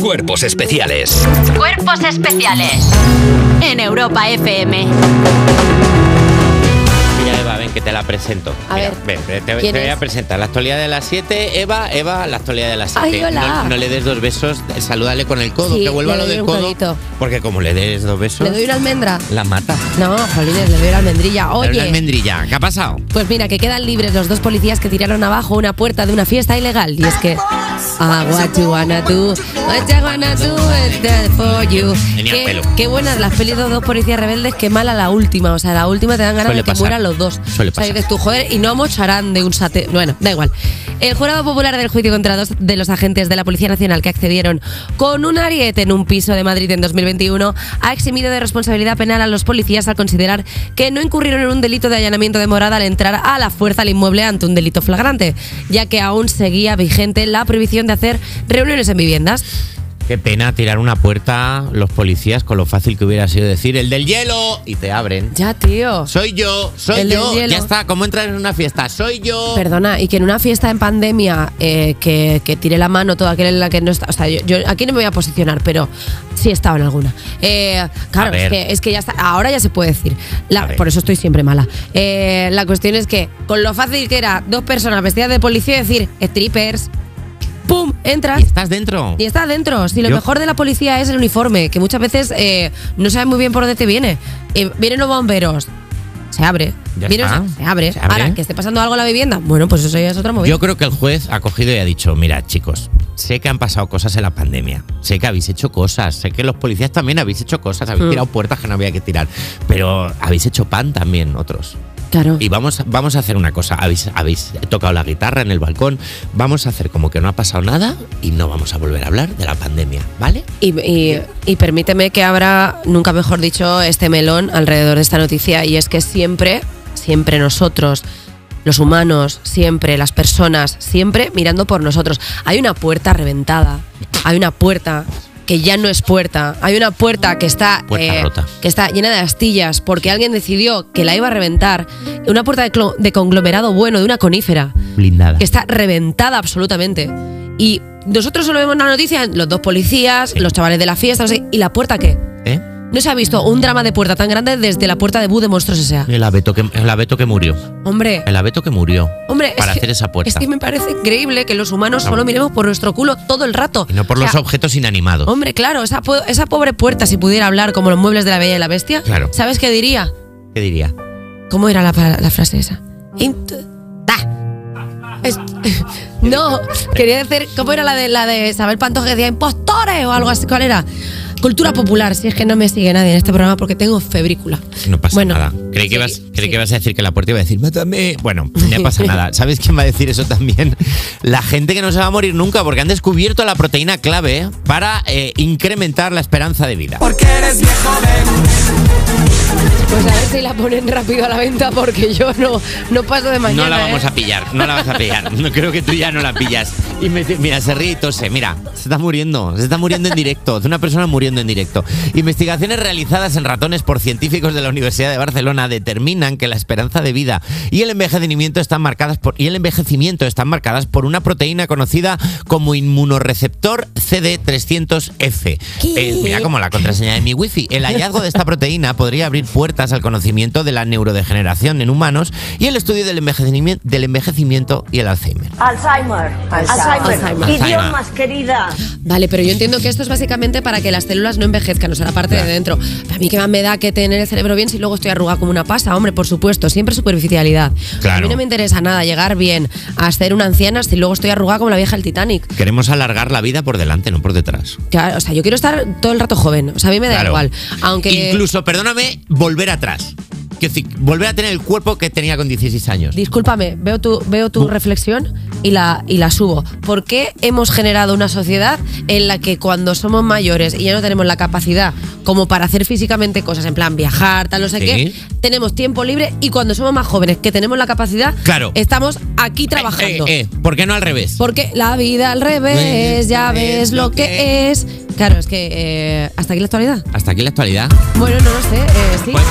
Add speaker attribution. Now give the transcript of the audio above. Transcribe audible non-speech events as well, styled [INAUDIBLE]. Speaker 1: Cuerpos especiales.
Speaker 2: Cuerpos especiales en Europa FM.
Speaker 3: Mira, Eva, ven que te la presento.
Speaker 4: A
Speaker 3: Mira,
Speaker 4: ver,
Speaker 3: ven, te- te,
Speaker 4: ¿quién
Speaker 3: te voy a
Speaker 4: es?
Speaker 3: presentar. La actualidad de las 7, Eva, Eva, la actualidad de las 7.
Speaker 4: Ay, hola.
Speaker 3: No, no le des dos besos, salúdale con el codo,
Speaker 4: Sí,
Speaker 3: que vuelva
Speaker 4: le
Speaker 3: lo
Speaker 4: doy
Speaker 3: del
Speaker 4: un
Speaker 3: codo.
Speaker 4: codito.
Speaker 3: Porque como le des dos besos,
Speaker 4: ¿Le doy una almendra?
Speaker 3: la mata.
Speaker 4: No, jolines, le doy una almendrilla.
Speaker 3: Pero Una
Speaker 4: Oye,
Speaker 3: almendrilla, ¿qué ha pasado?
Speaker 4: pues mira, que quedan libres los dos policías que tiraron abajo una puerta de una fiesta ilegal. Y es que... Ah, what you wanna do, what you wanna do is that for you.
Speaker 3: Tenía
Speaker 4: Qué-
Speaker 3: pelo.
Speaker 4: Qué buenas las pelis de los dos policías rebeldes, qué mala la última. O sea, la última te dan ganas
Speaker 3: Suele
Speaker 4: de que
Speaker 3: pasar.
Speaker 4: mueran los dos.
Speaker 3: Suele
Speaker 4: O sea,
Speaker 3: pasar.
Speaker 4: dices tú, joder, y no mocharán de un sate. Bueno, da igual. El jurado popular del juicio contra dos de los agentes de la Policía Nacional que accedieron con un ariete en un piso de Madrid en 2021 ha eximido de responsabilidad penal a los policías al considerar que no incurrieron en un delito de allanamiento de morada al entrar a la fuerza al inmueble ante un delito flagrante, ya que aún seguía vigente la prohibición de hacer reuniones en viviendas.
Speaker 3: Qué pena tirar una puerta los policías con lo fácil que hubiera sido decir el del hielo y te abren.
Speaker 4: Ya, tío.
Speaker 3: Soy yo, soy
Speaker 4: El del
Speaker 3: yo.
Speaker 4: hielo.
Speaker 3: Ya está, ¿cómo entrar en una fiesta? Soy yo.
Speaker 4: Perdona, y que en una fiesta en pandemia eh, que, que tiré la mano toda aquel en la que no está. O sea, yo, yo aquí no me voy a posicionar, pero sí he estado en alguna. Eh,
Speaker 3: A
Speaker 4: claro, es
Speaker 3: ver.
Speaker 4: que, es que ya está. Ahora ya se puede decir. La-
Speaker 3: A ver.
Speaker 4: por eso estoy siempre mala. Eh, la cuestión es que, con lo fácil que era dos personas vestidas de policía decir strippers, ¡pum! Entras.
Speaker 3: ¿Y estás dentro?
Speaker 4: Y está dentro. Si lo
Speaker 3: Yo-
Speaker 4: mejor de la policía es el uniforme, que muchas veces eh, no sabes muy bien por dónde te viene. Eh, vienen los bomberos. Se abre.
Speaker 3: Ya
Speaker 4: Vienen-
Speaker 3: está.
Speaker 4: se abre.
Speaker 3: Se abre.
Speaker 4: Ahora, que esté pasando algo en la vivienda. Bueno, pues eso ya es otra movida.
Speaker 3: Yo creo que el juez ha cogido y ha dicho, mira chicos, sé que han pasado cosas en la pandemia, sé que habéis hecho cosas, sé que los policías también habéis hecho cosas, habéis
Speaker 4: Mm.
Speaker 3: tirado puertas que no había que tirar, pero habéis hecho pan también otros.
Speaker 4: claro.
Speaker 3: Y vamos, vamos a hacer una cosa, habéis, habéis tocado la guitarra en el balcón, vamos a hacer como que no ha pasado nada y no vamos a volver a hablar de la pandemia, ¿vale?
Speaker 4: Y, y- y permíteme que abra, nunca mejor dicho, este melón alrededor de esta noticia. Y es que siempre, siempre nosotros, los humanos, siempre las personas, siempre mirando por nosotros. Hay una puerta reventada, hay una puerta que ya no es puerta, hay una puerta que está, eh,
Speaker 3: Puerta rota.
Speaker 4: que está llena de astillas porque alguien decidió que la iba a reventar, una puerta de, clo- de conglomerado bueno, de una conífera
Speaker 3: Blindada.
Speaker 4: que está reventada absolutamente. Y nosotros solo vemos la noticia, los dos policías,
Speaker 3: Sí.
Speaker 4: los chavales de la fiesta, no sé, ¿y la puerta qué?
Speaker 3: ¿Eh?
Speaker 4: No se ha visto un drama de puerta tan grande desde la puerta de Bu de Monstruos S.A.
Speaker 3: El abeto que, el abeto que murió.
Speaker 4: Hombre,
Speaker 3: El abeto que murió.
Speaker 4: hombre, es
Speaker 3: para
Speaker 4: que-
Speaker 3: hacer esa puerta.
Speaker 4: Es que me parece increíble que los humanos solo miremos por nuestro culo todo el rato.
Speaker 3: Y no por
Speaker 4: O
Speaker 3: los
Speaker 4: sea,
Speaker 3: objetos inanimados.
Speaker 4: Hombre, claro, esa, po- esa pobre puerta, si pudiera hablar como los muebles de la Bella y la Bestia,
Speaker 3: Claro.
Speaker 4: ¿sabes qué diría?
Speaker 3: ¿Qué diría?
Speaker 4: ¿Cómo era la, pa- la frase esa? Int- da. Es- [LAUGHS] no, quería decir, ¿cómo era la de la de Isabel Pantoja que decía impostores o algo así? ¿Cuál era? Cultura popular, si es que no me sigue nadie en este programa porque tengo febrícula.
Speaker 3: No pasa
Speaker 4: Bueno,
Speaker 3: nada. Creí, que,
Speaker 4: sí,
Speaker 3: ibas, creí
Speaker 4: sí.
Speaker 3: que ibas a decir que la puerta iba a decir, mátame.
Speaker 4: [LAUGHS]
Speaker 3: Bueno, no pasa nada. ¿Sabes quién va a decir eso también? La gente que no se va a morir nunca, porque han descubierto la proteína clave para eh, incrementar la esperanza de vida.
Speaker 4: Pues a ver si la ponen rápido a la venta porque yo no, no paso de mañana.
Speaker 3: No la vamos
Speaker 4: ¿eh?
Speaker 3: a pillar, no la vas a
Speaker 4: [LAUGHS]
Speaker 3: pillar. No creo que tú ya no la pillas. Y me- mira, se ríe y tose. Mira, se está muriendo, se está muriendo en directo. Es una persona muriendo en directo. Investigaciones realizadas en ratones por científicos de la Universidad de Barcelona determinan que la esperanza de vida y el envejecimiento están marcadas por y el envejecimiento están marcadas por una proteína conocida como inmunoreceptor CD300F. Eh, mira como la contraseña de mi wifi. El hallazgo de esta proteína podría abrir puertas al conocimiento de la neurodegeneración en humanos y el estudio del envejecimiento, del envejecimiento y el Alzheimer.
Speaker 5: Alzheimer.
Speaker 4: Alzheimer.
Speaker 5: Alzheimer.
Speaker 4: Alzheimer.
Speaker 5: Idiomas, querida.
Speaker 4: Vale, pero yo entiendo que esto es básicamente para que las células no envejezcan, o sea, la parte de dentro. A mí que más me da que tener el cerebro bien si luego estoy arrugada como una pasa, hombre, por supuesto, siempre superficialidad.
Speaker 3: Claro.
Speaker 4: A mí no me interesa nada llegar bien a ser una anciana si luego estoy arrugada como la vieja del Titanic.
Speaker 3: Queremos alargar la vida por delante, no por detrás.
Speaker 4: Claro, o sea, yo quiero estar todo el rato joven, o sea, a mí me da
Speaker 3: Claro.
Speaker 4: igual. Aunque
Speaker 3: Incluso, perdóname, volver atrás. Quiero decir, volver a tener el cuerpo que tenía con 16 años.
Speaker 4: Discúlpame, veo tu, veo tu reflexión y la, y la subo. ¿Por qué hemos generado una sociedad en la que cuando somos mayores y ya no tenemos la capacidad como para hacer físicamente cosas, en plan viajar, tal, no sé
Speaker 3: Sí.
Speaker 4: qué, tenemos tiempo libre y cuando somos más jóvenes que tenemos la capacidad,
Speaker 3: Claro.
Speaker 4: estamos aquí trabajando?
Speaker 3: Eh, eh, eh, ¿Por qué no al revés?
Speaker 4: Porque la vida al revés,
Speaker 3: Eh,
Speaker 4: ya ves
Speaker 3: es
Speaker 4: lo
Speaker 3: lo
Speaker 4: que
Speaker 3: que
Speaker 4: es. Claro, es que eh, hasta aquí la actualidad.
Speaker 3: Hasta aquí la actualidad.
Speaker 4: Bueno, no lo sé, eh, sí.
Speaker 3: Pues